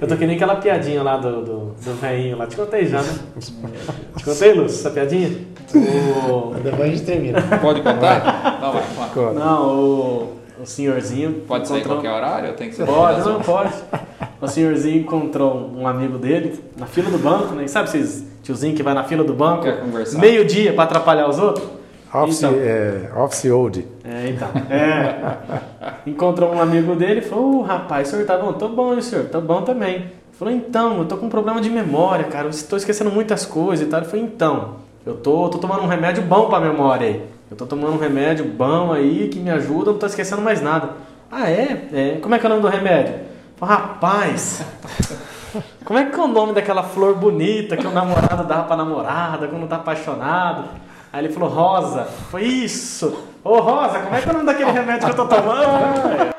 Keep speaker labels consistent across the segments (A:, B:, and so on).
A: Eu tô que nem aquela piadinha lá do, do, do velhinho lá. Te contei já, né? Te contei, Lúcio, essa piadinha? O...
B: Depois a gente termina.
C: Pode contar? Não, vai, vai.
B: Agora.
A: Não, o, o senhorzinho.
C: Pode sair
A: encontrou-
C: qualquer horário? Tem que ser
A: Pode,
C: horas.
A: não pode. O senhorzinho encontrou um amigo dele na fila do banco, né? E Sabe esses tiozinho que vai na fila do banco?
C: Quer conversar.
A: Meio-dia pra atrapalhar os outros?
B: Office,
A: Então.
B: é, office Old.
A: É, então. É. Encontrou um amigo dele e falou: Ô rapaz, o senhor tá bom? Tô bom, e o senhor? Tô bom também. Ele Falou: então, eu tô com um problema de memória, cara. Eu estou esquecendo muitas coisas e tal. Ele falou: então, eu tô, tô tomando um remédio bom pra memória aí. Eu tô tomando um remédio bom aí que me ajuda, eu não tô esquecendo mais nada. Ah, é? É. Como é que é o nome do remédio? Ele Falou, rapaz. Como é que é o nome daquela flor bonita que o namorado dava pra namorada quando tá apaixonado? Aí ele falou, Rosa. Foi isso. Ô, Rosa, como é que é o nome daquele remédio que eu tô tomando?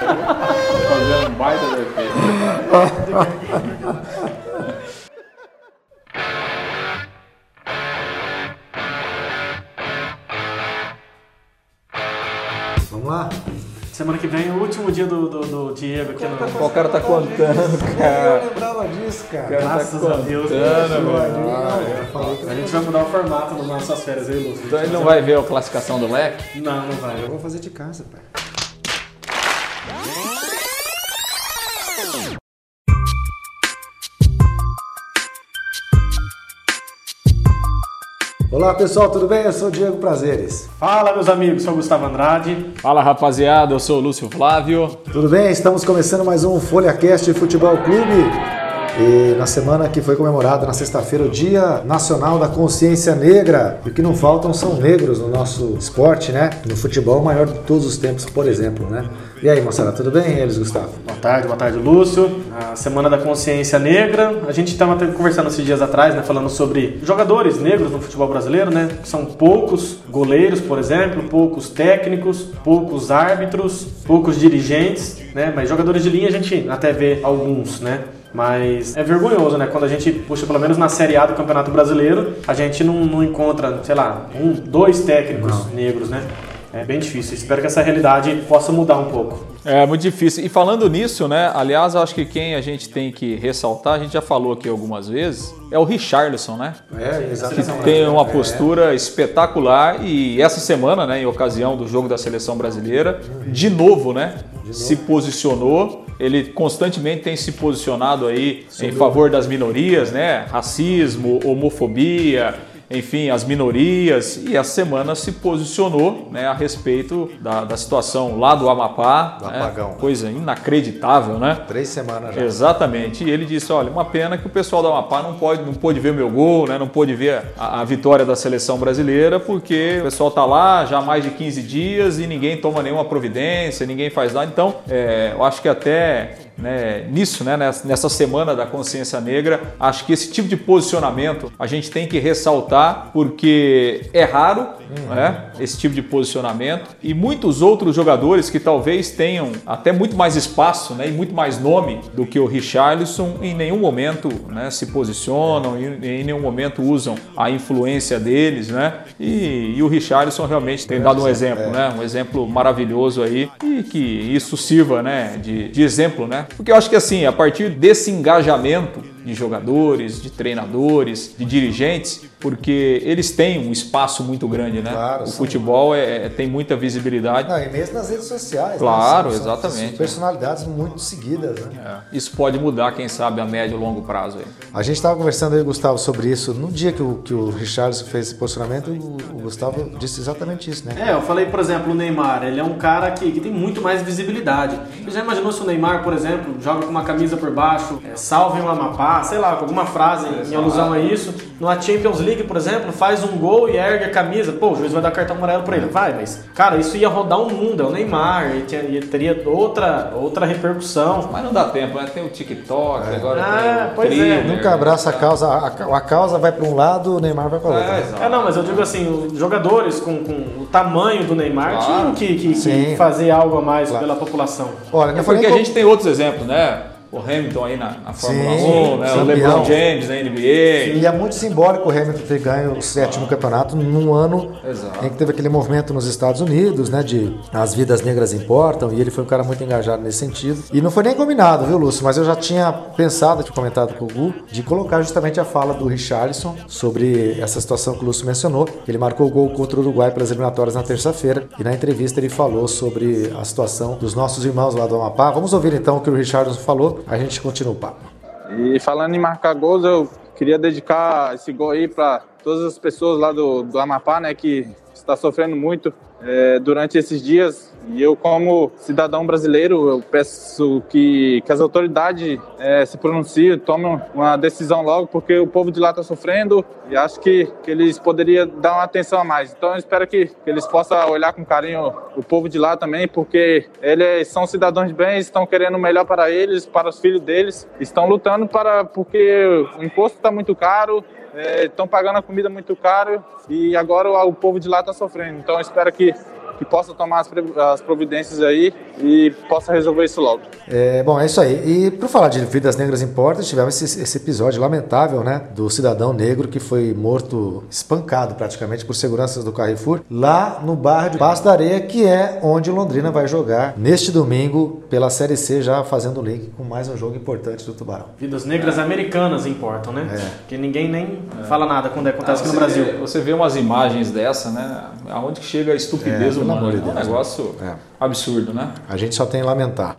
C: Fazendo um baita do efeito.
B: Vamos lá?
A: Semana que vem é o último dia do, do, do Diego aqui no...
C: O cara tá contando,
B: Eu
A: É.
C: cara.
B: lembrava disso, cara.
C: cara
A: Graças
C: tá
A: a Deus.
C: contando, velho.
B: Ah, eu falei que Tá.
A: A gente vai mudar o formato das nossas férias aí, Lúcio.
C: Então ele não vai ver a classificação do leque?
A: Não, não vai.
B: eu vou fazer de casa, pai. Olá pessoal, tudo bem? Eu sou o Diego Prazeres.
A: Fala, meus amigos. Sou o Gustavo Andrade.
C: Fala rapaziada, eu sou o Lúcio Flávio.
B: Tudo bem? Estamos começando mais um FolhaCast Futebol Clube. E na semana que foi comemorado, na sexta-feira, o Dia Nacional da Consciência Negra. E o que não faltam são negros no nosso esporte, né? No futebol maior de todos os tempos, por exemplo, né? E aí, moçada, tudo bem? Eles, Gustavo?
A: Boa tarde, boa tarde, Lúcio. A Semana da Consciência Negra. A gente estava até conversando esses dias atrás, né, falando sobre jogadores negros no futebol brasileiro, né? São poucos goleiros, por exemplo, poucos técnicos, poucos árbitros, poucos dirigentes, né? Mas jogadores de linha a gente até vê alguns, né? Mas é vergonhoso, né? Quando a gente puxa, pelo menos na Série A do Campeonato Brasileiro, a gente não, não encontra, sei lá, um, dois técnicos negros, né? É bem difícil. Espero que essa realidade possa mudar um pouco.
C: É muito difícil. E falando nisso, né? Aliás, eu acho que quem a gente tem que ressaltar, a gente já falou aqui algumas vezes, é o Richarlison, né?
B: É,
A: exatamente.
B: exatamente.
C: Tem uma postura espetacular e essa semana, né, em ocasião do jogo da seleção brasileira, de novo, né, se posicionou. Ele constantemente tem se posicionado aí em favor das minorias, né, racismo, homofobia, enfim, as minorias. E essa semana se posicionou, né, a respeito da, da situação lá do Amapá,
B: Do
C: né,
B: apagão.
C: coisa inacreditável, né?
B: É, Três semanas já.
C: Exatamente. E ele disse: olha, uma pena que o pessoal da Amapá não pode, não pôde ver o meu gol, né? Não pôde ver a, a vitória da seleção brasileira, porque o pessoal tá lá já há mais de 15 dias e ninguém toma nenhuma providência, ninguém faz nada. Então, é, eu acho que até né, nisso, né, nessa nessa semana da consciência negra, acho que esse tipo de posicionamento a gente tem que ressaltar, porque é raro né, esse tipo de posicionamento e muitos outros jogadores que talvez tenham até muito mais espaço né, e muito mais nome do que o Richarlison, em nenhum momento né, se posicionam, em, em nenhum momento usam a influência deles. Né? E, e o Richarlison realmente tem dado um
B: É,
C: exemplo, né? um exemplo maravilhoso aí e que isso sirva né, de, de exemplo. Né? Porque eu acho que assim, a partir desse engajamento de jogadores, de treinadores, de dirigentes, porque eles têm um espaço muito grande, né?
B: Claro,
C: o
B: sim.
C: futebol é, é- tem muita visibilidade.
B: Não, e mesmo nas redes sociais. né?
C: Claro,
B: São- são
C: exatamente.
B: Personalidades muito seguidas, né?
C: É. Isso pode mudar, quem sabe, a médio e longo prazo. Aí.
B: A gente estava conversando aí, Gustavo, sobre isso. No dia que o, que o Richardson fez esse posicionamento, o, o Gustavo disse exatamente isso, né?
A: É, eu falei, por exemplo, o Neymar, ele é um cara que, que tem muito mais visibilidade. Você já imaginou se o Neymar, por exemplo, joga com uma camisa por baixo, é, salve o Amapá, sei lá, com alguma frase em alusão a isso. Na Champions League, por exemplo, faz um gol e ergue a camisa. Pô, o juiz vai dar cartão amarelo pra ele. Vai, mas, cara, isso ia rodar o mundo, é o Neymar, e tinha- e teria outra, outra repercussão.
C: Mas não dá tempo, né? Tem o TikTok, agora
A: Ah,
C: tem o
A: pois é,
C: Thriller.
B: Nunca abraça a causa, a, ca- a causa vai para um lado, o Neymar vai para outro.
C: É,
B: né?
C: exato.
A: É, não, mas eu digo assim, os jogadores com, com o tamanho do Neymar
C: Claro.
A: tinham que, que- que
B: Sim.
A: fazer algo a mais
B: Claro.
A: pela população.
B: Olha, não
C: É
B: foi nem
C: porque a
B: como-
C: gente tem outros exemplos, né? o Hamilton aí na, na Fórmula
B: Sim,
C: 1, né? o
B: campeão.
C: LeBron James na NBA.
B: E é muito simbólico o Hamilton ter ganho o sétimo campeonato num ano
C: Exato.
B: em que teve aquele movimento nos Estados Unidos, né, de as vidas negras importam, e ele foi um cara muito engajado nesse sentido. E não foi nem combinado, viu, Lúcio? Mas eu já tinha pensado, tinha comentado com o Gu, de colocar justamente a fala do Richarlison sobre essa situação que o Lúcio mencionou. Ele marcou o gol contra o Uruguai pelas eliminatórias na terça-feira, e na entrevista ele falou sobre a situação dos nossos irmãos lá do Amapá. Vamos ouvir então o que o Richarlison falou, a gente continua o papo.
D: E falando em marcar gols, eu queria dedicar esse gol aí para todas as pessoas lá do, do Amapá, né, que está sofrendo muito eh, durante esses dias. E eu, como cidadão brasileiro, eu peço que, que as autoridades eh, se pronunciem, tomem uma decisão logo, porque o povo de lá está sofrendo e acho que, que eles poderiam dar uma atenção a mais. Então eu espero que, que eles possam olhar com carinho o povo de lá também, porque eles são cidadãos de bem, estão querendo o melhor para eles, para os filhos deles, estão lutando para porque o imposto está muito caro, eh, estão pagando a comida muito caro e agora o, o povo de lá está sofrendo. Então eu espero que, que possa tomar as pre- as providências aí e possa resolver isso logo.
B: É, bom, é isso aí. E por falar de Vidas Negras Importa, tivemos esse, esse episódio lamentável, né? Do cidadão negro que foi morto, espancado praticamente por seguranças do Carrefour, lá no bairro de Passo da Areia, que é onde o Londrina vai jogar neste domingo pela Série C, já fazendo o link com mais um jogo importante do Tubarão.
A: Vidas negras americanas importam, né?
B: É.
A: Que ninguém nem fala nada quando acontece
C: Ah,
A: aqui
C: você
A: no Brasil.
C: vê- você vê umas imagens dessa, né? Aonde que chega a estupidez
B: É, pelo
C: humana?
B: amor de
C: né? É
B: Deus,
C: um
B: né?
C: negócio
B: É.
C: absurdo, né?
B: A gente só tem a lamentar.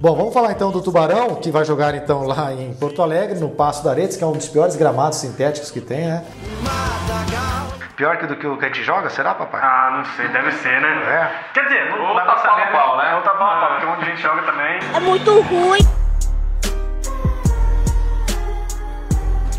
B: Bom, vamos falar então do Tubarão, que vai jogar então lá em Porto Alegre, no Passo da Areia, que é um dos piores gramados sintéticos que tem, né? Pior que do que o que a gente joga, será, papai?
E: Ah, não sei, deve ser, né?
B: É.
E: Quer dizer, não dá pra saber. Pau, né? Ou tá pau a pau, porque um monte de gente joga também.
F: É muito ruim.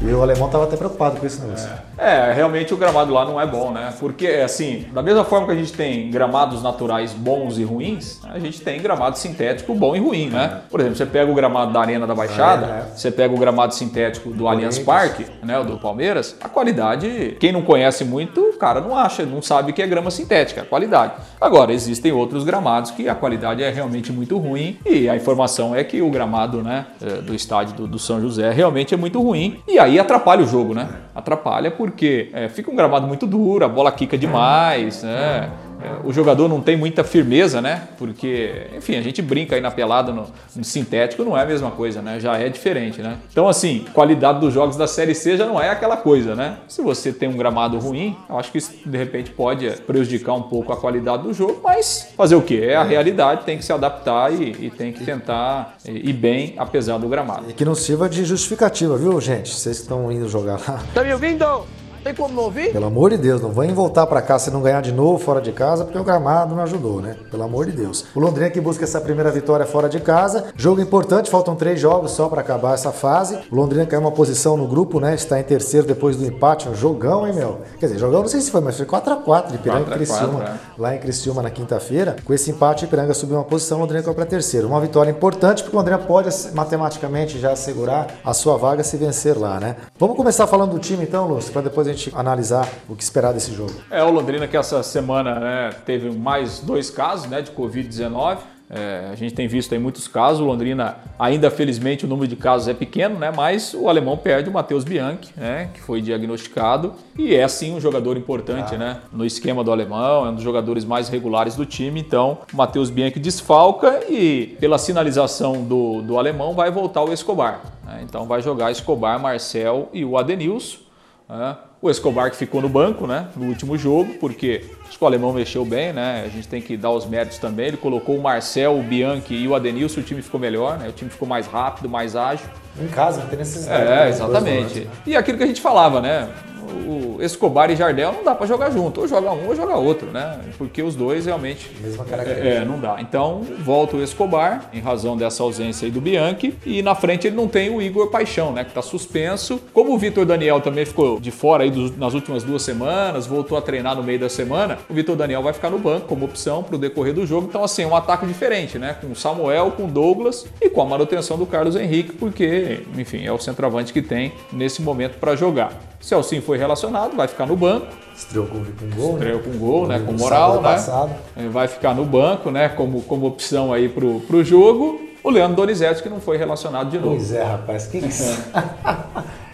B: E o alemão estava até preocupado com isso, né, Lúcio?
C: É, realmente o gramado lá não é bom, né? Porque, assim, da mesma forma que a gente tem gramados naturais bons e ruins, a gente tem gramado sintético bom e ruim, né? Por exemplo, você pega o gramado da Arena da Baixada,
B: Arena, é.
C: você pega o gramado sintético do Allianz Parque, né? O do Palmeiras, a qualidade, quem não conhece muito, o cara não acha, não sabe o que é grama sintética, a qualidade. Agora, existem outros gramados que a qualidade é realmente muito ruim e a informação é que o gramado, né, eh, do estádio do, do São José realmente é muito ruim e aí atrapalha o jogo, né? Atrapalha porque eh, fica um gramado muito duro, a bola quica demais, né? É, o jogador não tem muita firmeza, né? Porque, enfim, a gente brinca aí na pelada no, no sintético, não é a mesma coisa, né? Já é diferente, né? Então, assim, qualidade dos jogos da Série C já não é aquela coisa, né? Se você tem um gramado ruim, eu acho que isso de repente pode é, prejudicar um pouco a qualidade do jogo, mas fazer o quê? É a realidade, tem que se adaptar e, e tem que tentar é, ir bem apesar do gramado.
B: E que não sirva de justificativa, viu, gente? Vocês que estão indo jogar lá.
G: Tá me ouvindo? Tem como não ouvir?
B: Pelo amor de Deus, não vem voltar pra cá se não ganhar de novo fora de casa, porque o gramado não ajudou, né? Pelo amor de Deus. O Londrina que busca essa primeira vitória fora de casa. Jogo importante, faltam três jogos só pra acabar essa fase. O Londrina caiu uma posição no grupo, né? Está em terceiro depois do empate. Um jogão, hein, meu? Quer dizer, jogão não sei se foi, mas foi 4x4 de Piranga e
C: 4 a 4,
B: Criciúma.
C: é.
B: Lá em Criciúma na quinta-feira. Com esse empate, o Ipiranga subiu uma posição, o Londrina caiu pra terceiro. Uma vitória importante, porque o Londrina pode assim, matematicamente já assegurar a sua vaga se vencer lá, né? Vamos começar falando do time então, Lúcio, pra depois a gente analisar o que esperar desse jogo.
C: É, o Londrina que essa semana né, teve mais dois casos né, de Covid-19. É, a gente tem visto aí muitos casos. O Londrina, ainda felizmente, o número de casos é pequeno, né? Mas o alemão perde o Matheus Bianchi, né? Que foi diagnosticado e é sim um jogador importante, né? No esquema do alemão, é um dos jogadores mais regulares do time. Então, o Matheus Bianchi desfalca e, pela sinalização do, do alemão, vai voltar o Escobar. né? Então, vai jogar Escobar, Marcel e o Adenilson. É. O Escobar que ficou no banco, né? No último jogo, porque acho que o alemão mexeu bem, né? A gente tem que dar os méritos também. Ele colocou o Marcel, o Bianchi e o Adenilson, o time ficou melhor, né? O time ficou mais rápido, mais ágil.
B: Em casa, não tem necessidade.
C: É, exatamente.
B: né?
C: E aquilo que a gente falava, né? O Escobar e Jardel não dá pra jogar junto. Ou joga um ou joga outro, né? Porque os dois realmente
B: Mesma
C: é, é, não dá. Então volta o Escobar, em razão dessa ausência aí do Bianchi. E na frente ele não tem o Igor Paixão, né? Que tá suspenso. Como o Vitor Daniel também ficou de fora aí dos- nas últimas duas semanas, voltou a treinar no meio da semana, o Vitor Daniel vai ficar no banco como opção pro decorrer do jogo. Então, assim, é um ataque diferente, né? Com o Samuel, com o Douglas e com a manutenção do Carlos Henrique, porque, enfim, é o centroavante que tem nesse momento para jogar. Celcinho foi relacionado, vai ficar no banco,
B: Estreou com, com gol, né?
C: É. estreou com gol, né? Com
B: No
C: moral,
B: sábado
C: né?
B: Passado.
C: É, vai ficar no banco, né? Como, como opção aí pro, pro jogo. o Leandro Donizete, que não foi relacionado de novo.
B: Pois é, rapaz. Que que...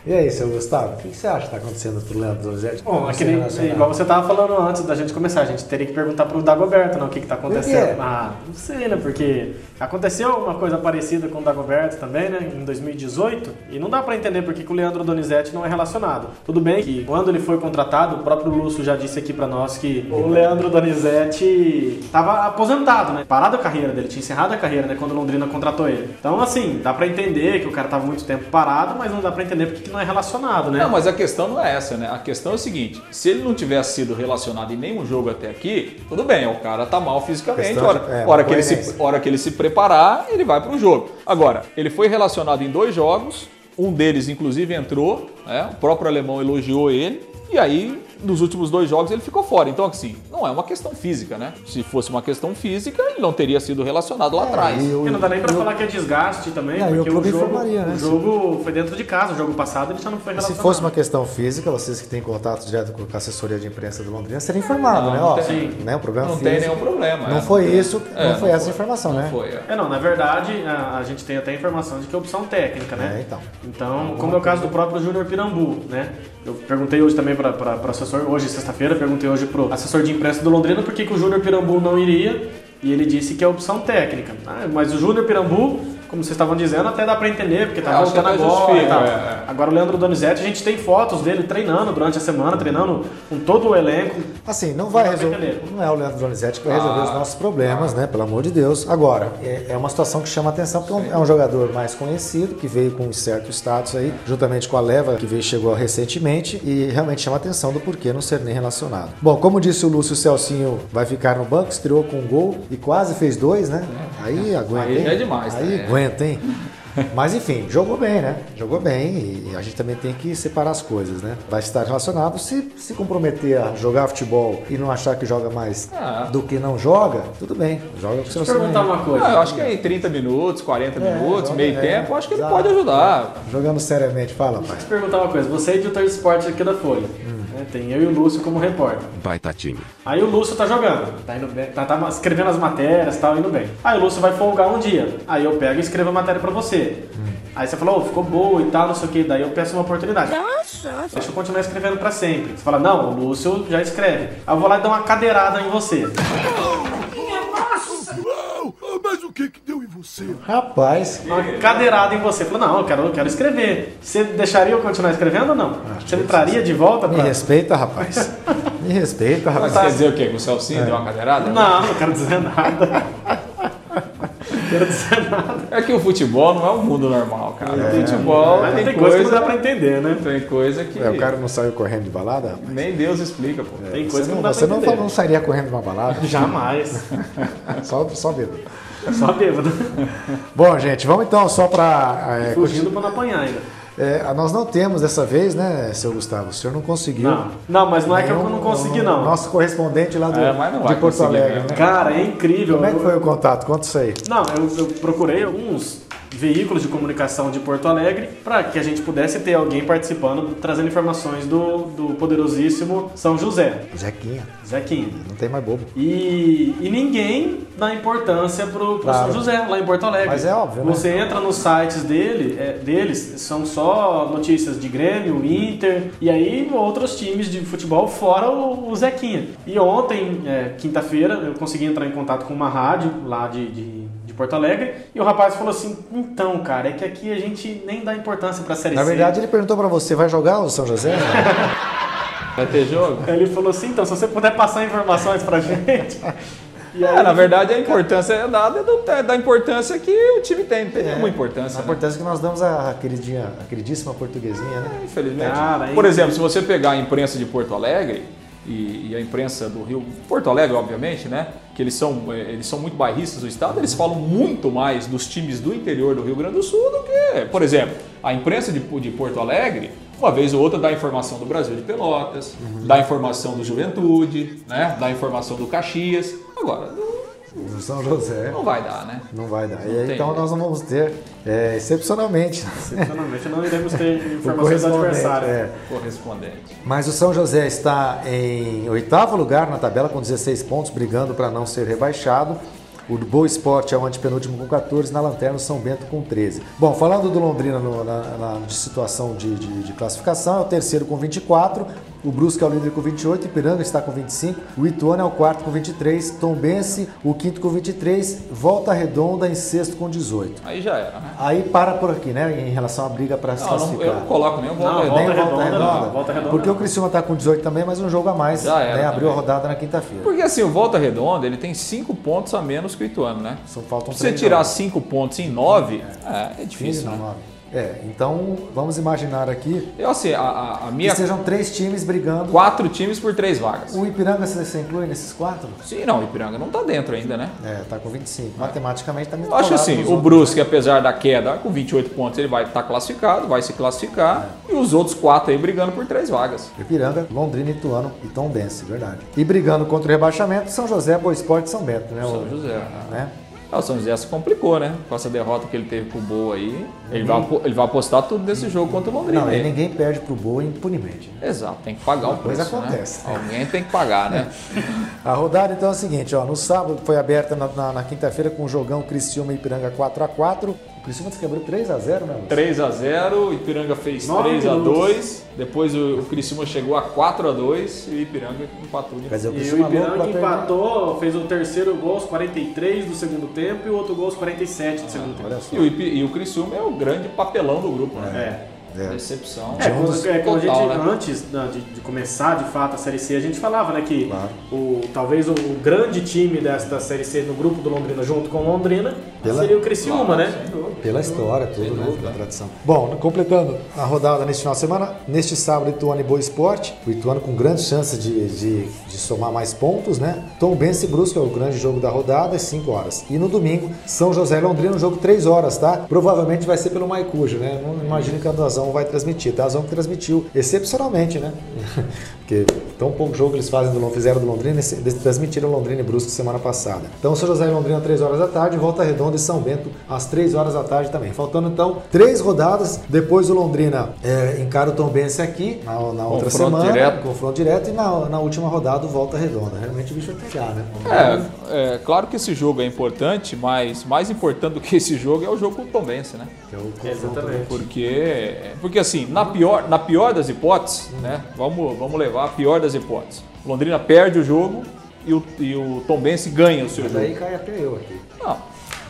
B: e aí, seu Gustavo, o que, que você acha que está acontecendo pro Leandro Donizete?
A: Bom,
B: Não
A: é que
B: sei
A: nem-
B: relacionar.
A: igual você tava falando antes da gente começar, a gente teria que perguntar pro Dagoberto, né, o que que tá acontecendo.
B: quê?
A: Ah, não sei, né, porque aconteceu uma coisa parecida com o Dagoberto também, né, em 2018, e não dá pra entender por que que o Leandro Donizete não é relacionado. Tudo bem que quando ele foi contratado, o próprio Lúcio já disse aqui pra nós que o Leandro Donizete tava aposentado, né, parado a carreira dele, tinha encerrado a carreira, né, quando o Londrina contratou ele. Então, assim, dá pra entender que o cara tava muito tempo parado, mas não dá pra entender por que que não é relacionado, né.
C: Não, mas a questão não é essa, né? A questão é o seguinte: se ele não tivesse sido relacionado em nenhum jogo até aqui, tudo bem, o cara tá mal fisicamente.
B: Questão
C: Hora,
B: de- é,
C: hora que ele se,
B: coerência.
C: hora que ele se preparar, ele vai pro jogo. Agora, ele foi relacionado em dois jogos, um deles, inclusive, entrou, né? o próprio alemão elogiou ele, e aí. Nos últimos dois jogos ele ficou fora. Então, assim, não é uma questão física, né? Se fosse uma questão física, ele não teria sido relacionado lá atrás.
B: É, e o-
A: Porque não dá nem pra
B: e o-
A: falar que é desgaste também,
B: Não, e o
A: porque o,
B: clube
A: jogo,
B: informaria, né?
A: o jogo foi dentro de casa, o jogo passado ele já não foi
B: Se
A: relacionado.
B: fosse uma questão física, vocês que têm contato direto com a assessoria de imprensa do Londrina seriam informados,
C: Não,
B: né?
C: não
B: Ó,
C: tem-
B: né? O problema
C: Não
B: físico.
C: tem nenhum problema.
B: Não
C: é.
B: foi isso,
C: É,
B: não foi essa
C: foi.
B: a informação,
C: Não
B: né?
C: foi, é.
A: É, não, na verdade, a, a gente tem até a informação de que é opção técnica, né?
B: É, então.
A: Então, como é o caso do próprio Júnior Pirambu, né? Eu perguntei hoje também para o assessor, hoje, sexta-feira, perguntei hoje pro assessor de imprensa do Londrina por que, que o Júnior Pirambu não iria, e ele disse que é opção técnica. Ah, mas o Júnior Pirambu, como vocês estavam dizendo, até dá para entender, porque tá
C: É, acho que
A: voltando
C: até
A: agora e
C: justifica,
A: tal.
C: é, é.
A: Agora o Leandro Donizete, a gente tem fotos dele treinando durante a semana, treinando com todo o elenco.
B: Assim, não vai
A: Não dá pra
B: resolver.
A: entender.
B: Não é o Leandro Donizete que vai
C: Ah.
B: resolver os nossos problemas, né? Pelo amor de Deus. Agora, é, é uma situação que chama atenção, porque é um- é um jogador mais conhecido, que veio com um certo status aí, juntamente com a Leva, que veio chegou recentemente, e realmente chama atenção do porquê não ser nem relacionado. Bom, como disse o Lúcio, o Celcinho vai ficar no banco, estreou com um gol e quase fez dois, né? Aí aguenta.
C: Aí já
B: hein?
C: é demais,
B: Aí
C: né? É.
B: aguenta, hein? Mas enfim, jogou bem, né? Jogou bem e a gente também tem que separar as coisas, né? Vai estar relacionado. Se se comprometer a jogar futebol e não achar que joga mais
C: Ah.
B: do que não joga, tudo bem. Joga com seu
A: Deixa eu perguntar
B: sonho.
A: uma coisa.
C: Ah, eu acho que em 30 minutos, 40 minutos,
B: joga,
C: meio
B: é,
C: tempo, eu acho que ele
B: exato.
C: pode ajudar.
B: Jogando seriamente, fala, pai.
A: Deixa eu perguntar uma coisa. Você é editor de esporte aqui da Folha. né? Tem eu e o Lúcio como repórter.
F: Baita time.
A: Aí o Lúcio tá jogando, tá indo bem, tá, tá escrevendo as matérias, tá indo bem. Aí o Lúcio vai folgar um dia. Aí eu pego e escrevo a matéria pra você. Aí você fala, ô, ficou boa e tal, não sei o que. Daí eu peço uma oportunidade. Deixa eu continuar escrevendo pra sempre. Você fala, não, o Lúcio já escreve. Aí eu vou lá e dou uma cadeirada em você.
B: Rapaz,
A: Uma cadeirada em você. Fala, não, eu quero, eu quero escrever. Você deixaria eu continuar escrevendo ou não? Você me traria de volta
B: me
A: pra.
B: respeita, rapaz. Me respeita,
C: Mas
B: rapaz.
C: quer dizer o quê? Que o Celcinho
A: É.
C: deu uma cadeirada?
A: Não, não quero dizer nada. quero dizer nada.
C: É que o futebol não é um mundo normal, cara. o
A: Bom,
C: futebol
A: É. mas
C: tem,
A: tem coisa
C: coisa,
A: que não dá pra entender, né?
C: tem coisa que
B: É, o cara não saiu correndo de balada? rapaz?
C: nem Deus explica, pô.
A: Tem
B: Você
A: coisa que
B: não,
A: não dá
B: você
A: pra
B: não,
A: entender.
B: não sairia correndo de uma balada?
A: Jamais.
B: Só, só bêbado.
A: Só bêbado.
B: É Bom, gente, vamos então só é, para
A: Fugindo pra não apanhar ainda.
B: É, nós não temos dessa vez, né, seu Gustavo? O senhor não conseguiu.
A: Não, não mas não é que eu
B: Nenhum-
A: não consegui, não.
B: Nosso correspondente lá do,
C: É, mas não
B: de
C: vai
B: Porto
C: conseguir,
B: Alegre.
C: né?
B: Né?
A: Cara, é incrível.
B: Como é que foi o contato? Conta isso aí.
A: Não, eu, eu procurei alguns veículos de comunicação de Porto Alegre para que a gente pudesse ter alguém participando, trazendo informações do, do poderosíssimo São José,
B: Zequinha,
A: Zequinho.
B: não tem mais bobo.
A: E, e ninguém dá importância pro, pro São
B: Claro.
A: José, lá em Porto Alegre.
B: Mas é óbvio, né?
A: Você entra nos sites dele, é, deles, são só notícias de Grêmio, Inter, e aí outros times de futebol, fora o, o Zequinha. E ontem, é, quinta-feira, eu consegui entrar em contato com uma rádio lá de- de de Porto Alegre, e o rapaz falou assim: então, cara, é que aqui a gente nem dá importância pra série
B: Na
A: C.
B: verdade, ele perguntou pra você, vai jogar o São José?
C: Vai ter jogo?
A: Aí ele falou assim: então, se você puder passar informações pra gente. E
C: É, na verdade, a importância é dada do- é da importância que o time tem. Não tem
A: É.
C: nenhuma importância.
B: A
C: né?
B: importância é que nós damos à queridinha, à queridíssima portuguesinha, né?
C: É, Infelizmente.
A: Cara,
C: Por
A: hein?
C: exemplo, se você pegar a imprensa de Porto Alegre e, e a imprensa do Rio, Porto Alegre, obviamente, né? Que eles são, eh, eles são muito bairristas do estado, eles falam muito mais dos times do interior do Rio Grande do Sul do que, por exemplo, a imprensa de, de Porto Alegre. Uma vez ou outra dá informação do Brasil de Pelotas, dá informação do Juventude, né? dá informação do Caxias. Agora, não,
B: O São José.
C: não vai dar, né?
B: Não vai dar. E aí,
C: tem.
B: então nós não vamos ter, é, excepcionalmente,
A: Excepcionalmente, não iremos ter
B: o
A: informações do
B: correspondente.
A: adversário.
B: é.
C: Correspondente.
B: Mas o São José está em oitavo lugar na tabela com 16 pontos, brigando para não ser rebaixado. O Boa Esporte é o antepenúltimo com 14, na Lanterna o São Bento com 13. Bom, falando do Londrina no- na, na situação de, de- de classificação, é o terceiro com 24, o Brusque é o líder com 28, Ipiranga está com 25, o Ituano é o quarto com 23, Tombense o quinto com 23, Volta Redonda em sexto com 18.
C: Aí já era, né?
B: Aí para por aqui, né, em relação à briga para se
C: Não, não,
B: classificar.
C: eu não coloco nenhum
A: Não,
C: gol.
A: volta
B: Nem né?
A: redonda, não, volta redonda
B: Porque
A: não.
B: o Criciúma está com 18 também, mas um jogo a mais,
C: Já era
B: né, abriu a
C: também.
B: rodada na quinta-feira.
C: Porque assim, o Volta Redonda ele tem 5 pontos a menos que o Ituano, né?
B: Só um faltam
C: Se você
B: três
C: tirar
B: jogos.
C: 5 pontos em 9, é, é difícil, né?
B: nove. É, então vamos imaginar aqui
C: Eu assim, a, a- a minha.
B: que sejam três times brigando.
C: Quatro times por três vagas.
B: O Ipiranga você se inclui nesses quatro?
C: Sim, não, o Ipiranga não tá dentro ainda, né?
B: É, tá com 25. Matematicamente tá muito
C: Eu acho
B: colado
C: assim,
B: nos
C: o
B: outros.
C: Brusque, apesar da queda, com 28 pontos, ele vai estar classificado, vai se classificar, e os outros quatro aí brigando por três vagas.
B: Ipiranga, Londrina, Ituano e Tombense, verdade. E brigando contra o rebaixamento, São José, Boa Esporte e São Bento, né?
C: São
B: o-
C: José, né?
B: Né?
C: Ah, o São José se complicou, né? Com essa derrota que ele teve pro Boa aí. Ele vai, apo- ele vai apostar tudo nesse jogo contra o Londrina.
B: Não,
C: aí.
B: e ninguém perde pro Boa impunemente. né?
C: Exato, tem que pagar
B: Uma
C: o
B: coisa
C: preço. né?
B: acontece. É.
C: Alguém tem que pagar, né?
B: A rodada então é o seguinte, ó, no sábado foi aberta na, na- na quinta-feira com o jogão Criciúma e Ipiranga 4x4. O Criciúma desquebrou 3x0, né? Luiz?
C: 3 a 0 o Ipiranga fez
A: Nove
C: 3 a
A: minutos.
C: 2 depois o, o Criciúma chegou a 4 a 2 e o Ipiranga empatou de
B: Quer dizer, é o
A: E o
B: Criciúma louco pra
A: Ipiranga
B: terminar.
A: empatou, fez o terceiro gol aos 43 do segundo tempo e o outro gol aos 47 do segundo tempo.
B: Ah, Olha só.
C: E o, Ipi- e o Criciúma é o grande papelão do grupo, né?
A: É.
C: Decepção.
A: É, quando, é, quando a gente,
C: total, né?
A: antes da- de, de começar de fato a Série C, a gente falava né, que
B: Claro.
A: o, talvez o, o grande time dessa da Série C no grupo do Londrina junto com o Londrina
B: Pela-
A: seria o Criciúma, né?
B: Pela história, tudo,
C: Sem
B: né?
C: dúvida.
B: Pela tradição. Bom, completando a rodada neste final de semana, neste sábado, Ituano e Boa Esporte. O Ituano com grande chance de, de, de somar mais pontos, né? Tom Bense e Brusque é o grande jogo da rodada, às 5 horas. E no domingo, São José e Londrina, um jogo 3 horas, tá? Provavelmente vai ser pelo Maicujo, né? Não imagino que a Dazão vai transmitir. A Dazão que transmitiu, excepcionalmente, né? Porque tão pouco jogo eles fazem do Lon- fizeram do Londrina, esse- eles transmitiram Londrina e Brusque semana passada. Então, São José e Londrina, 3 horas da tarde, Volta Redonda e São Bento, às 3 horas da tarde também. Faltando, então, três rodadas. Depois, o Londrina é, encara o Tombense aqui, na, na outra
C: Confronto
B: semana.
C: direto.
B: Confronto direto. E na, na última rodada, o Volta Redonda. Realmente, o bicho vai pegar, né?
C: É, é, claro que esse jogo é importante, mas mais importante do que esse jogo é o jogo com o Tombense, né?
B: Que é o confronto
A: Exatamente.
C: Porque, porque assim, na pior, na pior das hipóteses, né? Vamos, vamos levar a pior das hipóteses. O Londrina perde o jogo e o, e o Tombense ganha o seu
B: Mas
C: jogo.
B: aí cai até eu aqui.
C: Não,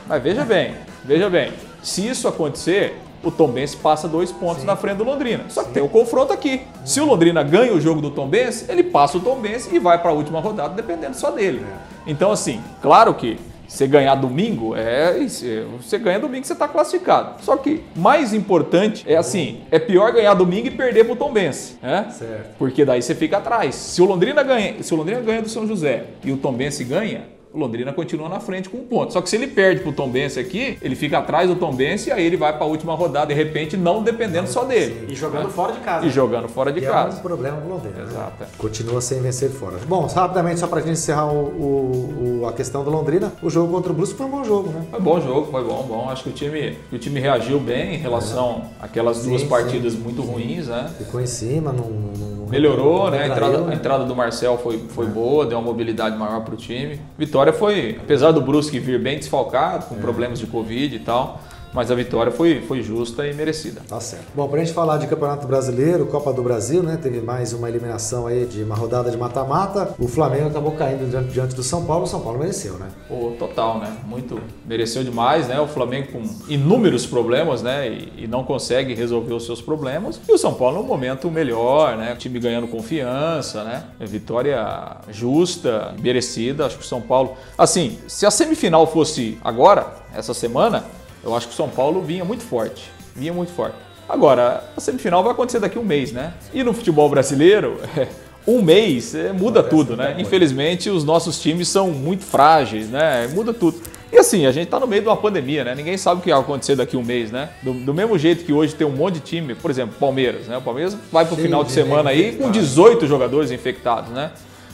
C: mas veja bem, veja bem. Se isso acontecer, o Tombense passa dois pontos na frente do Londrina. Só que tem o confronto aqui. Se o Londrina ganha o jogo do Tombense, ele passa o Tombense e vai para a última rodada, dependendo só dele. Então, assim, claro que você ganhar domingo é isso, é, você ganha domingo você está classificado. Só que mais importante é assim, é pior ganhar domingo e perder pro Tombense, né?
B: Certo.
C: Porque daí você fica atrás. Se o Londrina ganha, se o Londrina ganha do São José e o Tombense ganha, o Londrina continua na frente com um ponto. Só que se ele perde pro Tombense aqui, ele fica atrás do Tombense e aí ele vai para a última rodada de repente, não dependendo só dele.
A: E jogando fora de casa.
C: E jogando fora de
B: E é um
C: casa.
B: problema pro Londrina. né?
C: Exato. é.
B: Continua sem vencer fora. Bom, rapidamente, só pra gente encerrar o- o- o- a questão do Londrina, o jogo contra o Brusque foi um bom jogo, né?
C: Foi bom jogo, foi bom, bom. Acho que o time, que o time reagiu bem em relação àquelas
B: Sim,
C: duas
B: sim,
C: partidas muito ruins, né?
B: Ficou em cima, não. não- não-
C: Melhorou,
B: não
C: né? A
B: retraiu,
C: entrada,
B: né?
C: a entrada do Marcel foi, foi boa, deu uma mobilidade maior pro time. Vitória foi, apesar do Brusque vir bem desfalcado,
B: É.
C: com problemas de Covid e tal, mas a vitória foi, foi justa e merecida.
B: Tá certo. Bom, pra gente falar de Campeonato Brasileiro, Copa do Brasil, né? Teve mais uma eliminação aí de uma rodada de mata-mata. O Flamengo acabou caindo diante, diante do São Paulo. O São Paulo mereceu, né?
C: Pô, total, né? Muito. Mereceu demais, né? O Flamengo com inúmeros problemas, né? E, e não consegue resolver os seus problemas. E o São Paulo num momento melhor, né? O time ganhando confiança, né? Vitória justa, merecida. Acho que o São Paulo. Assim, se a semifinal fosse agora, essa semana, eu acho que o São Paulo vinha muito forte. Vinha muito forte. Agora, a semifinal vai acontecer daqui a um mês, né? E no futebol brasileiro. Um mês eh, muda tudo, né? Infelizmente, os nossos times são muito frágeis, né? Muda tudo. E assim, a gente tá no meio de uma pandemia, né? Ninguém sabe o que vai acontecer daqui a um mês, né? Do, do mesmo jeito que hoje tem um monte de time, por exemplo, Palmeiras, né? O Palmeiras vai pro
B: Cheio
C: final de
B: de
C: semana
B: gente
C: aí com 18 jogadores infectados, né?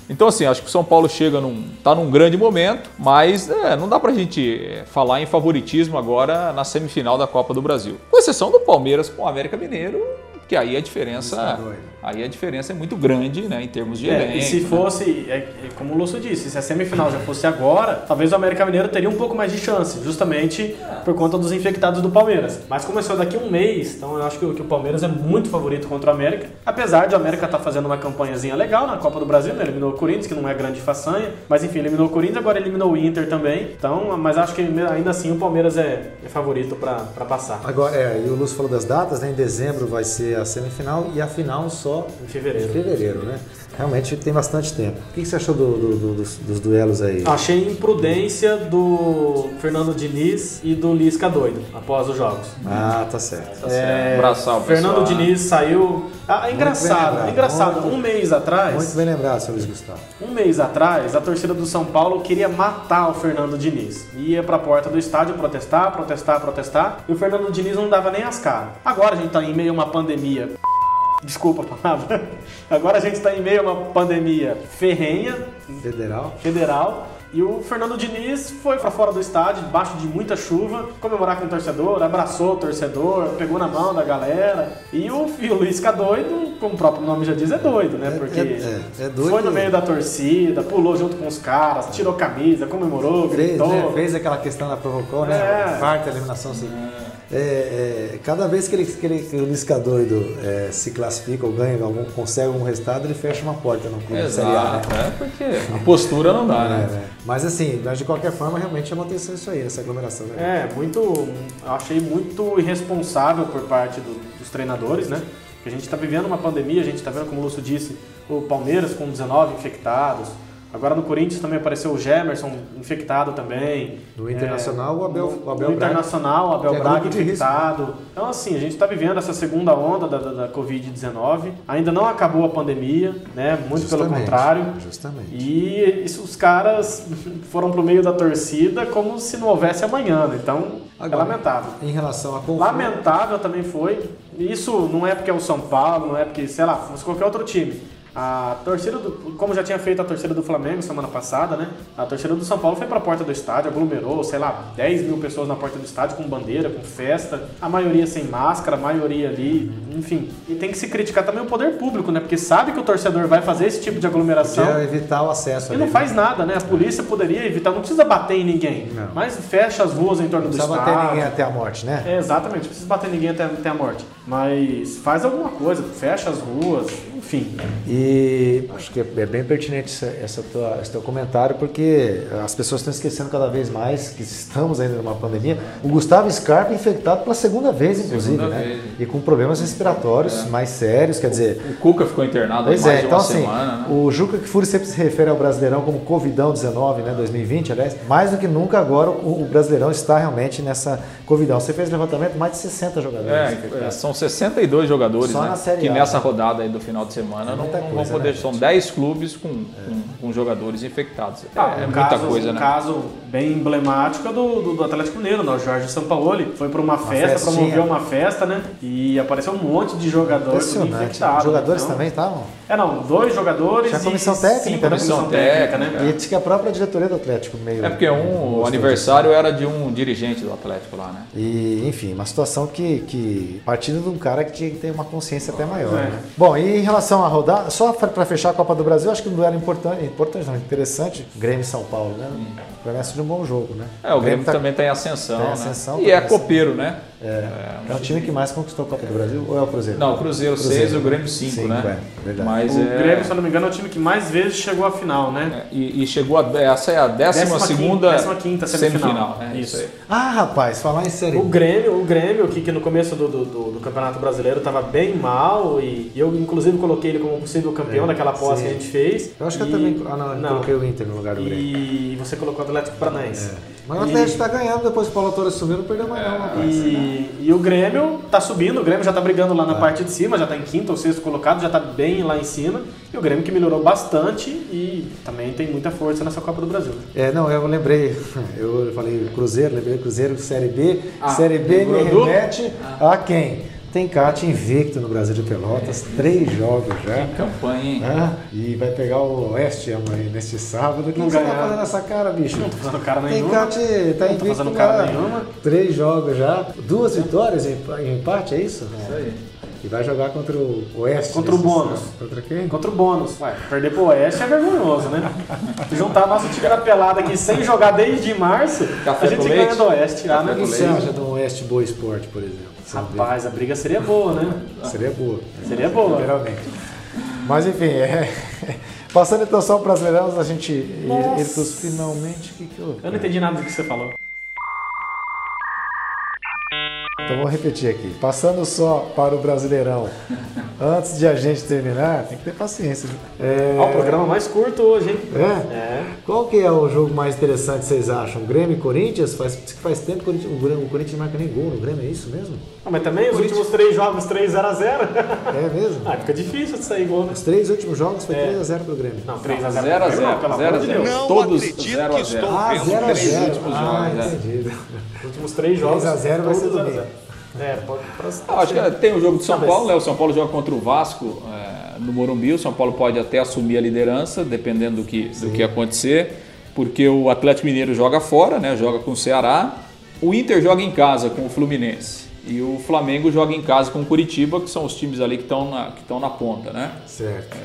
C: Então, assim, acho que o São Paulo chega num. tá num grande momento, mas é, não dá pra gente é, falar em favoritismo agora na semifinal da Copa do Brasil. Com exceção do Palmeiras com o América Mineiro, que aí a diferença
B: doido.
C: aí a diferença é muito grande, né, em termos de
A: É,
C: elenco.
A: e se
C: né?
A: fosse, é, é como o Lúcio disse, se a semifinal já fosse agora, talvez o América Mineiro teria um pouco mais de chance, justamente por conta dos infectados do Palmeiras. Mas começou daqui a um mês, então eu acho que, o- que o Palmeiras é muito favorito contra o América. Apesar de o América estar fazendo uma campanhazinha legal na Copa do Brasil, né? eliminou o Corinthians, que não é grande façanha, mas enfim, eliminou o Corinthians, agora eliminou o Inter também. Então, mas acho que ainda assim o Palmeiras é, é favorito para passar.
B: Agora, é, e o Lúcio falou das datas, né? Em dezembro vai ser a semifinal e a final só
A: Em
B: em
A: fevereiro.
B: fevereiro, né? Realmente tem bastante tempo. O que que você achou do- do- do- dos, dos duelos aí?
A: Achei imprudência do Fernando Diniz e do Lisca doido após os jogos.
B: Ah, tá certo.
A: É,
C: abraçar o
A: Fernando
C: pessoal.
A: Diniz saiu. Ah, é
B: bem
A: engraçado,
B: lembrado.
A: é engraçado.
B: Muito-
A: Um mês
B: Muito
A: atrás,
B: bem lembrado, seu Luiz Gustavo.
A: um mês atrás, a torcida do São Paulo queria matar o Fernando Diniz. Ia pra porta do estádio protestar, protestar, protestar, e o Fernando Diniz não dava nem as caras. Agora a gente tá em meio a uma pandemia. Desculpa a palavra. Agora a gente tá em meio a uma pandemia ferrenha,
B: Federal.
A: federal. E o Fernando Diniz foi pra fora do estádio, debaixo de muita chuva, comemorar com o torcedor, abraçou o torcedor, pegou na mão da galera. E o, e o Luiz Cadoido, como o próprio nome já diz, é doido, né?
B: É-
A: Porque
B: é- é- é doido.
A: foi no meio da torcida, pulou junto com os caras, tirou camisa, comemorou,
B: Fez,
A: gritou.
B: né? Fez aquela questão da provocou, né?
A: É.
B: Farta, eliminação. Assim. É, é, cada vez que, ele, que, ele, que o Lisca doido é, se classifica ou ganha, algum, consegue algum resultado, ele fecha uma porta no clube da Série A, né?
C: Exato, é porque a postura não dá,
B: É,
C: né?
B: né? Mas assim, mas de qualquer forma, realmente chamou atenção isso aí, essa aglomeração. Né?
A: É, muito. Eu achei muito irresponsável por parte do- dos treinadores, né? Porque a gente está vivendo uma pandemia, a gente está vendo, como o Lúcio disse, o Palmeiras com 19 infectados. Agora no Corinthians também apareceu o Gemerson infectado também.
B: No Internacional, o Abel- o
A: no,
B: Abel
A: no
B: Braga.
A: Internacional, o Abel
B: Que é
A: Braga
B: grupo de risco.
A: infectado. Então, assim, a gente está vivendo essa segunda onda da, da- da Covid-19. Ainda não acabou a pandemia, né? Muito pelo
B: Justamente,
A: contrário.
B: Justamente.
A: E isso, os caras foram pro meio da torcida como se não houvesse amanhã, né? Então
B: Agora,
A: é lamentável.
B: Em relação a confronto,
A: Lamentável também foi. Isso não é porque é o São Paulo, não é porque, sei lá, fosse qualquer outro time. A torcida do. Como já tinha feito a torcida do Flamengo semana passada, né? A torcida do São Paulo foi pra porta do estádio, aglomerou, sei lá, 10 mil pessoas na porta do estádio com bandeira, com festa, a maioria sem máscara, a maioria ali, enfim. E tem que se criticar também o poder público, né? Porque sabe que o torcedor vai fazer esse tipo de aglomeração.
B: quer é evitar o acesso
A: E
B: ali,
A: não
B: né?
A: faz nada, né? A polícia poderia evitar, não precisa bater em ninguém.
B: Não.
A: Mas fecha as ruas em torno
B: Não
A: do
B: precisa
A: estado.
B: bater ninguém até a morte, né?
A: É, exatamente, não precisa bater ninguém até, até a morte. Mas faz alguma coisa, fecha as ruas, enfim.
B: E acho que é bem pertinente essa, essa tua- esse teu comentário, porque as pessoas estão esquecendo cada vez mais que estamos ainda numa pandemia. O Gustavo Scarpa é infectado pela segunda vez, inclusive,
C: Segunda
B: né?
C: vez.
B: E com problemas
A: É.
B: respiratórios mais sérios, quer dizer.
C: O Cuca ficou internado há
B: Pois
C: mais
B: é,
C: de uma
B: então assim,
C: semana, né?
B: o Juca Kfouri sempre se refere ao Brasileirão como Covidão-19, né, 2020, aliás. Mais do que nunca agora o, o Brasileirão está realmente nessa Covidão. Você fez levantamento mais de 60 jogadores.
C: É, é, são 62 jogadores
B: Só
C: né,
B: na Série
C: que
B: A,
C: nessa rodada aí do final de semana não,
B: muita
C: não
B: coisa,
C: vão poder.
B: né? É.
C: São 10 clubes com, com- com jogadores infectados. É,
B: Ah,
A: um
C: é muita
A: caso,
C: coisa,
A: um
C: né?
A: caso bem emblemático é do, do, do Atlético Mineiro, né? O Jorge Sampaoli foi para uma, festa,
B: festinha.
A: promoveu uma festa, né? E apareceu um monte de jogadores
B: Impressionante. Os
A: infectados.
B: jogadores
A: então-
B: também estavam?
A: É, não, dois jogadores
B: Tinha comissão
A: e
B: técnica,
A: cinco
B: né?
A: da comissão
C: Comissão técnica,
A: técnica, né?
B: E diz que a própria diretoria do Atlético meio.
C: É porque um, o
B: gostou
C: aniversário era de um dirigente do Atlético lá, né?
B: E, enfim, uma situação que, que partindo de um cara que tinha que ter uma consciência até maior.
A: É.
B: né? Bom, e em relação à rodada, só para fechar a Copa do Brasil, acho que um duelo importante, importante não, interessante, Grêmio e São Paulo, né?
A: Hum.
B: Promessa de um bom jogo, né?
C: É, o Grêmio
B: tá-
C: também está em ascensão,
B: tá em
C: né?
B: ascensão,
C: e
B: tá em
C: é
B: ascensão.
C: copeiro, né?
B: é o time que mais conquistou a Copa do Brasil ou é o Cruzeiro?
C: Não, o Cruzeiro 6 e o Grêmio 5,
B: Cinco,
C: né?
B: é, verdade.
C: Mas
A: O
C: é-
A: Grêmio, se eu não me engano, é o time que mais vezes chegou à final, né?
C: é, e, e chegou a. Essa é a 12
A: Décima quin-
C: segunda
A: décima quinta semifinal.
C: É isso.
A: Isso.
C: aí.
B: Ah, rapaz, falar em série.
A: O Grêmio, o Grêmio que, que no começo do, do, do- do Campeonato Brasileiro estava bem mal e eu inclusive coloquei ele como possível campeão
B: É,
A: daquela aposta
B: sim.
A: que a gente fez.
B: Eu acho que
A: E-
B: eu também. Ah, não, eu coloquei o Inter no lugar do Grêmio. É,
A: E você colocou o Atlético Paranaense.
B: Mas o
A: E-
B: Atlético né? tá ganhando, depois que o Paulo Torres sumiu, não perdeu mais
C: É,
B: não, rapaz.
A: E, e o Grêmio tá subindo, o Grêmio já tá brigando
B: É.
A: lá na parte de cima, já tá em quinto ou sexto colocado, já tá bem lá em cima. E o Grêmio que melhorou bastante e também tem muita força nessa Copa do Brasil. né?
B: É, não, eu lembrei, eu falei Cruzeiro, lembrei Cruzeiro, Série B.
A: Ah,
B: série B me
A: lembrou do- Ah.
B: remete a quem? Tem Cate invicto no Brasil de Pelotas, três jogos já.
A: Então,
C: Campanha, hein?
B: né? E vai pegar o Oeste amanhã, neste sábado. O que
A: Não
B: você tá
A: ganhar.
B: fazendo essa cara, bicho?
A: Não tô fazendo cara
B: Tem
A: nenhuma.
B: Cate, tá
A: Não tô
B: invicto.
A: fazendo cara
B: lá.
A: nenhuma.
B: Três jogos já, duas vitórias em em empate, é isso? É.
C: Isso aí.
B: E vai jogar contra o Oeste.
A: Contra o Bônus.
B: Contra quem?
A: Contra o bônus, ué. Perder pro Oeste é vergonhoso, né? Se Juntar a nossa tigra pelada aqui sem jogar desde março,
C: Café
A: a gente
C: com
A: ganha
C: leite.
A: do Oeste lá, né?
B: O que você acha do Oeste Boa Esporte, por exemplo? São Bento?
A: Rapaz, a briga seria boa, né?
B: Seria boa.
A: Seria boa.
B: Literalmente. Mas enfim, é... passando então só o Brasileirão, a gente ir
A: Nossa.
B: ir pros finalmente. O que, que houve?
A: Eu não entendi nada do que você falou.
B: Então vou repetir aqui. Passando só para o Brasileirão, antes de a gente terminar, tem que ter paciência. viu? É...
A: Ó, o programa mais curto hoje, hein?
B: É?
A: É.
B: Qual que é o jogo mais interessante, vocês acham? Grêmio e Corinthians? Faz, diz que faz tempo que o Corinthians, o Grêmio- o Corinthians não marca nem gol no Grêmio, é isso mesmo?
A: Ah, mas também os últimos três jogos, 3x0x0.
B: É mesmo?
A: ah, fica difícil de sair gol, né?
B: Os três últimos jogos foi
A: É.
B: 3x0 pro Grêmio.
A: Não, 3x0.
C: 0 a 0,
A: Pelo
C: 0 a
A: amor de
C: 0.
A: Deus.
F: Não
C: Todos
F: acredito
C: 0 a
F: que
C: 0.
F: estou
B: Ah,
F: vendo
B: 0x0.
F: três
C: últimos
B: Ah,
C: jogos, é.
B: entendi.
A: Os últimos três jogos.
B: 3x0 vai ser
A: todos
B: domingo.
A: 0x0. É, pode. pode-
C: Ah, acho que é, tem o jogo do São
A: Não, mas-
C: Paulo, né? O São Paulo joga contra o Vasco é, no Morumbi. O São Paulo pode até assumir a liderança, dependendo do que, do que acontecer, porque o Atlético Mineiro joga fora, né? Joga com o Ceará. O Inter joga em casa com o Fluminense. E o Flamengo joga em casa com o Curitiba, que são os times ali que estão na, que estão na ponta, né?
B: Certo.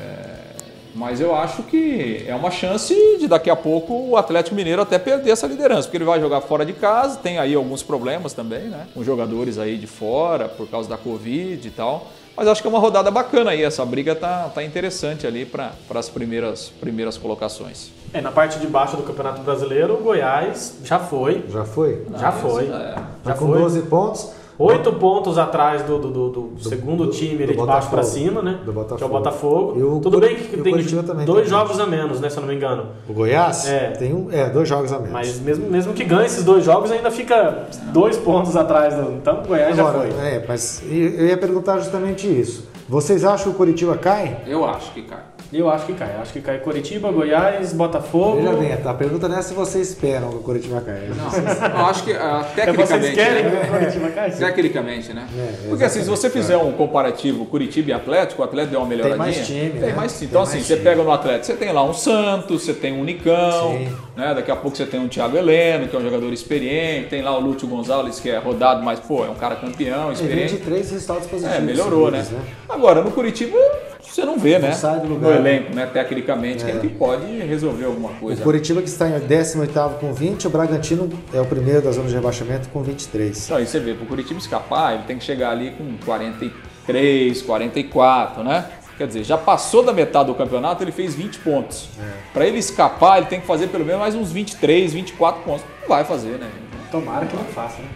C: Mas eu acho que é uma chance de daqui a pouco o Atlético Mineiro até perder essa liderança, porque ele vai jogar fora de casa, tem aí alguns problemas também, né? Com jogadores aí de fora por causa da Covid e tal. Mas acho que é uma rodada bacana aí, essa briga tá, tá interessante ali para as primeiras, primeiras colocações.
A: É, na parte de baixo do Campeonato Brasileiro, o Goiás já foi.
B: Já foi?
C: Ah,
A: já foi.
C: é.
B: Tá
A: Já
B: com
A: foi.
B: 12 pontos.
A: Oito pontos atrás do, do- do- do segundo
B: do-
A: time
B: do
A: ali de baixo
B: Botafogo.
A: pra cima, né?
B: Do Botafogo.
A: Que é o Botafogo.
B: E o
A: Tudo
B: Curi-
A: bem que
B: e o
A: tem
B: Curitiba também é
A: dois
B: tem.
A: jogos a menos, né? Se eu não me engano.
B: O Goiás
A: É.
B: tem um, é, dois jogos a menos.
A: Mas mesmo, mesmo que ganhe esses dois jogos, ainda fica dois pontos atrás. do- Então o Goiás já
B: Agora,
A: foi.
B: é, mas eu ia perguntar justamente isso. Vocês acham que o Curitiba cai?
C: Eu acho que, cara.
A: Eu acho que cai. Eu acho que cai Curitiba, Goiás, Botafogo.
B: Veja bem, a pergunta não é se vocês esperam que o Curitiba caia.
C: eu acho que ah,
A: É, vocês querem que o
C: né?
A: Curitiba caia?
C: Tecnicamente, né?
B: É,
C: Porque assim, se você fizer um comparativo Curitiba e Atlético, o Atlético deu uma melhoradinha.
B: mais time,
C: Tem
B: né?
C: mais time.
B: Tem
C: Então
B: mais
C: assim,
B: time.
C: você pega no Atlético, você tem lá um Santos, você tem um Unicão,
B: Sim.
C: né? Daqui a pouco você tem um Thiago Heleno, que é um jogador experiente, tem lá o Lúcio Gonzalez, que é rodado, mas pô, é um cara campeão,
B: Tem
C: experiente.
B: 23 resultados positivos.
C: É, melhorou, né?
B: seguidos,
C: Agora, no Curitiba, você não vê, né?
B: sai do
C: No
B: lugar, né? É.
C: elenco, né? Tecnicamente, quem que pode resolver alguma coisa.
B: O Curitiba que está em 18º com 20, o Bragantino é o primeiro da zona de rebaixamento com 23.
C: Então, aí você vê, pro Curitiba escapar, ele tem que chegar ali com 43, 44, né? Quer dizer, já passou da metade do campeonato, ele fez 20 pontos. Pra ele escapar, ele tem que fazer pelo menos mais uns 23, 24 pontos. Não vai fazer, né? gente?
A: Tomara que não faça, né?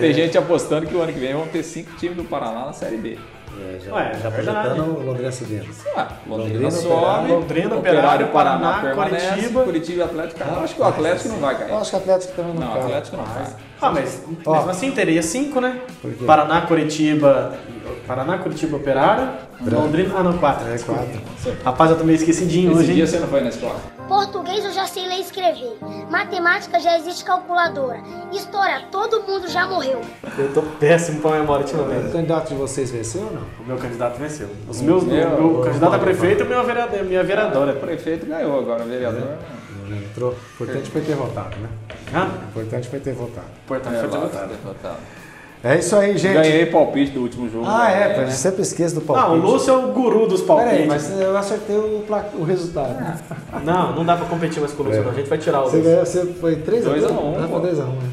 C: Tem gente apostando que o ano que vem vão ter cinco times do Paraná na Série B.
B: É, já,
A: Ué,
B: já
A: é
B: projetando
A: verdade.
B: o Londrina subindo.
C: Ah, Londrina,
B: Londrina,
C: sobe,
B: Operário,
A: Londrina, Operário,
C: Paraná,
A: Paraná,
C: permanece,
A: Curitiba.
C: Curitiba e Atlético. Ah, eu acho que o Atlético não vai
B: Eu
C: cair.
B: acho que o Atlético também não,
C: Não, o
B: cai.
C: Atlético não vai.
A: Ah, mas
B: Ó.
A: mesmo assim teria cinco, né?
B: Por quê?
A: Paraná, Curitiba. Paraná, Curitiba, Operário. Londrina. Ah, não, quatro.
B: É
A: desculpa.
B: quatro.
A: Rapaz, eu tô meio esquecidinho
C: Esse
A: hoje,
C: dia
A: hein?
C: você não foi na escola.
H: Português eu já sei ler e escrever. Matemática já existe calculadora. História, todo mundo já morreu.
A: Eu tô péssimo pra memória ultimamente.
B: O candidato de vocês venceu ou não?
A: O meu candidato venceu. Os meus,
C: meu,
A: o meu candidato a prefeito e o meu vereador, minha vereadora.
C: O prefeito ganhou agora, o vereador.
B: Não entrou. O importante foi ter votado, né? O
A: Ah,
B: importante foi ter votado.
A: importante foi ter votado.
C: derrotado.
B: É isso aí, gente.
C: Ganhei palpite do último jogo.
B: Ah, é,
C: né?
B: eu sempre esqueço do palpite.
A: Ah, o Lúcio é o guru dos palpites.
B: Peraí, mas eu acertei o, pla- o resultado.
A: Ah. Não, não dá pra competir mais com o Lúcio, não. A gente vai tirar o
B: Você
A: Lúcio.
B: ganhou, você foi 3x1?
C: Dois a um, pô.
B: 3x1, né?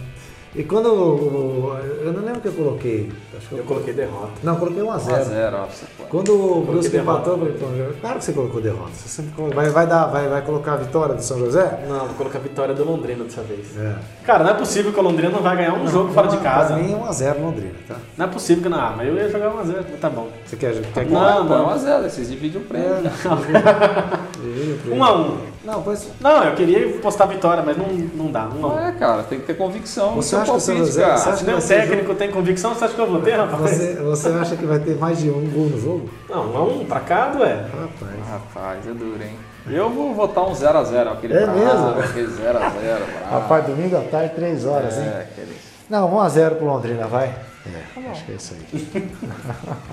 B: E quando eu, eu não lembro o que eu coloquei. Acho que eu,
A: Eu coloquei derrota.
B: Não, eu coloquei 1x0.
C: 1x0, ó, pra você pôr.
B: Quando o Brusque
A: derrota.
B: empatou, eu falei, pô, claro que você colocou derrota. Você sempre coloca- vai, vai dar, vai, vai colocar a vitória do São José?
A: Não, vou colocar a vitória do Londrina dessa vez.
B: É.
A: Cara, não é possível que o Londrina não vai ganhar um jogo fora de casa.
B: Pra mim é 1x0 Londrina, tá?
A: Não é possível que não. Ah, mas eu ia jogar 1x0, mas tá bom.
B: Você quer, quer que-
A: Não,
C: Põe
A: não.
C: 1x0, é vocês dividem o
B: É.
C: prêmio. cara.
A: 1x1.
B: Não, pois.
A: Não, eu queria postar vitória, mas não, não dá. 1x1.
C: É, cara, tem que ter convicção no
B: Você
C: seu
B: acha que o São
C: palpite,
B: José- você
C: cara.
B: acha-
A: Se nem o
B: Vai ser
A: é técnico tem convicção, você acha que eu vou ter, rapaz?
B: Você, você acha que vai ter mais de um gol no jogo?
A: Não, 1x1 pra cá, ué.
B: Rapaz.
C: Rapaz, é duro, hein? Eu vou votar um 0x0, aquele
B: É
C: bravo,
B: mesmo?
C: aquele 0x0, bravo.
B: Rapaz, domingo à tarde, 3 horas, hein?
C: É, aquele...
B: Não, 1x0 pro Londrina, vai. É, acho que é isso aí.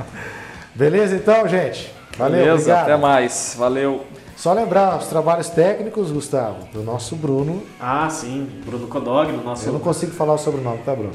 B: Beleza então, gente? Valeu,
C: Beleza,
B: obrigado.
C: até mais. Valeu.
B: Só lembrar os trabalhos técnicos, Gustavo, do nosso Bruno.
A: Ah, sim, Bruno Codogno, nosso,
B: Eu não consigo falar o sobrenome, tá, Bruno?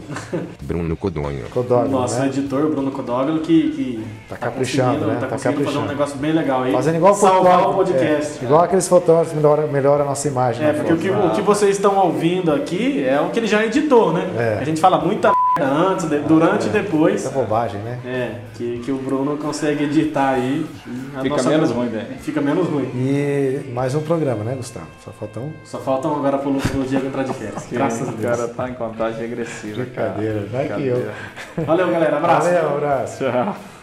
I: Bruno Codonho.
B: Codogno,
A: nosso
B: né?
A: editor, Bruno Codogno, que, que
B: Tá caprichando,
A: conseguindo-
B: né?
A: Tá,
B: Tá
A: conseguindo fazer um
B: caprichando.
A: negócio bem legal aí.
B: Fazendo igual
A: Salvar
B: fotógrafo,
A: o podcast.
B: é, igual aqueles fotógrafos melhora, melhora a nossa imagem.
A: É,
B: né,
A: porque o que,
B: foto?
A: o que vocês estão ouvindo aqui é o que ele já editou, né?
B: É.
A: A gente fala muita merda antes, de- durante e depois.
B: Essa bobagem, né?
A: É, que, que o Bruno consegue editar aí. e a
C: Fica menos
A: grana-
C: ruim, né?
A: Fica menos ruim.
B: E mais um programa, né, Gustavo? Só falta um.
A: Só faltam agora pro, pro Diego entrar de férias. Graças a
C: o
A: Deus.
C: cara tá em contagem regressiva, cara.
B: Brincadeira, vai que eu.
A: Valeu, galera. Abraço.
B: Valeu, abraço.
C: Tchau.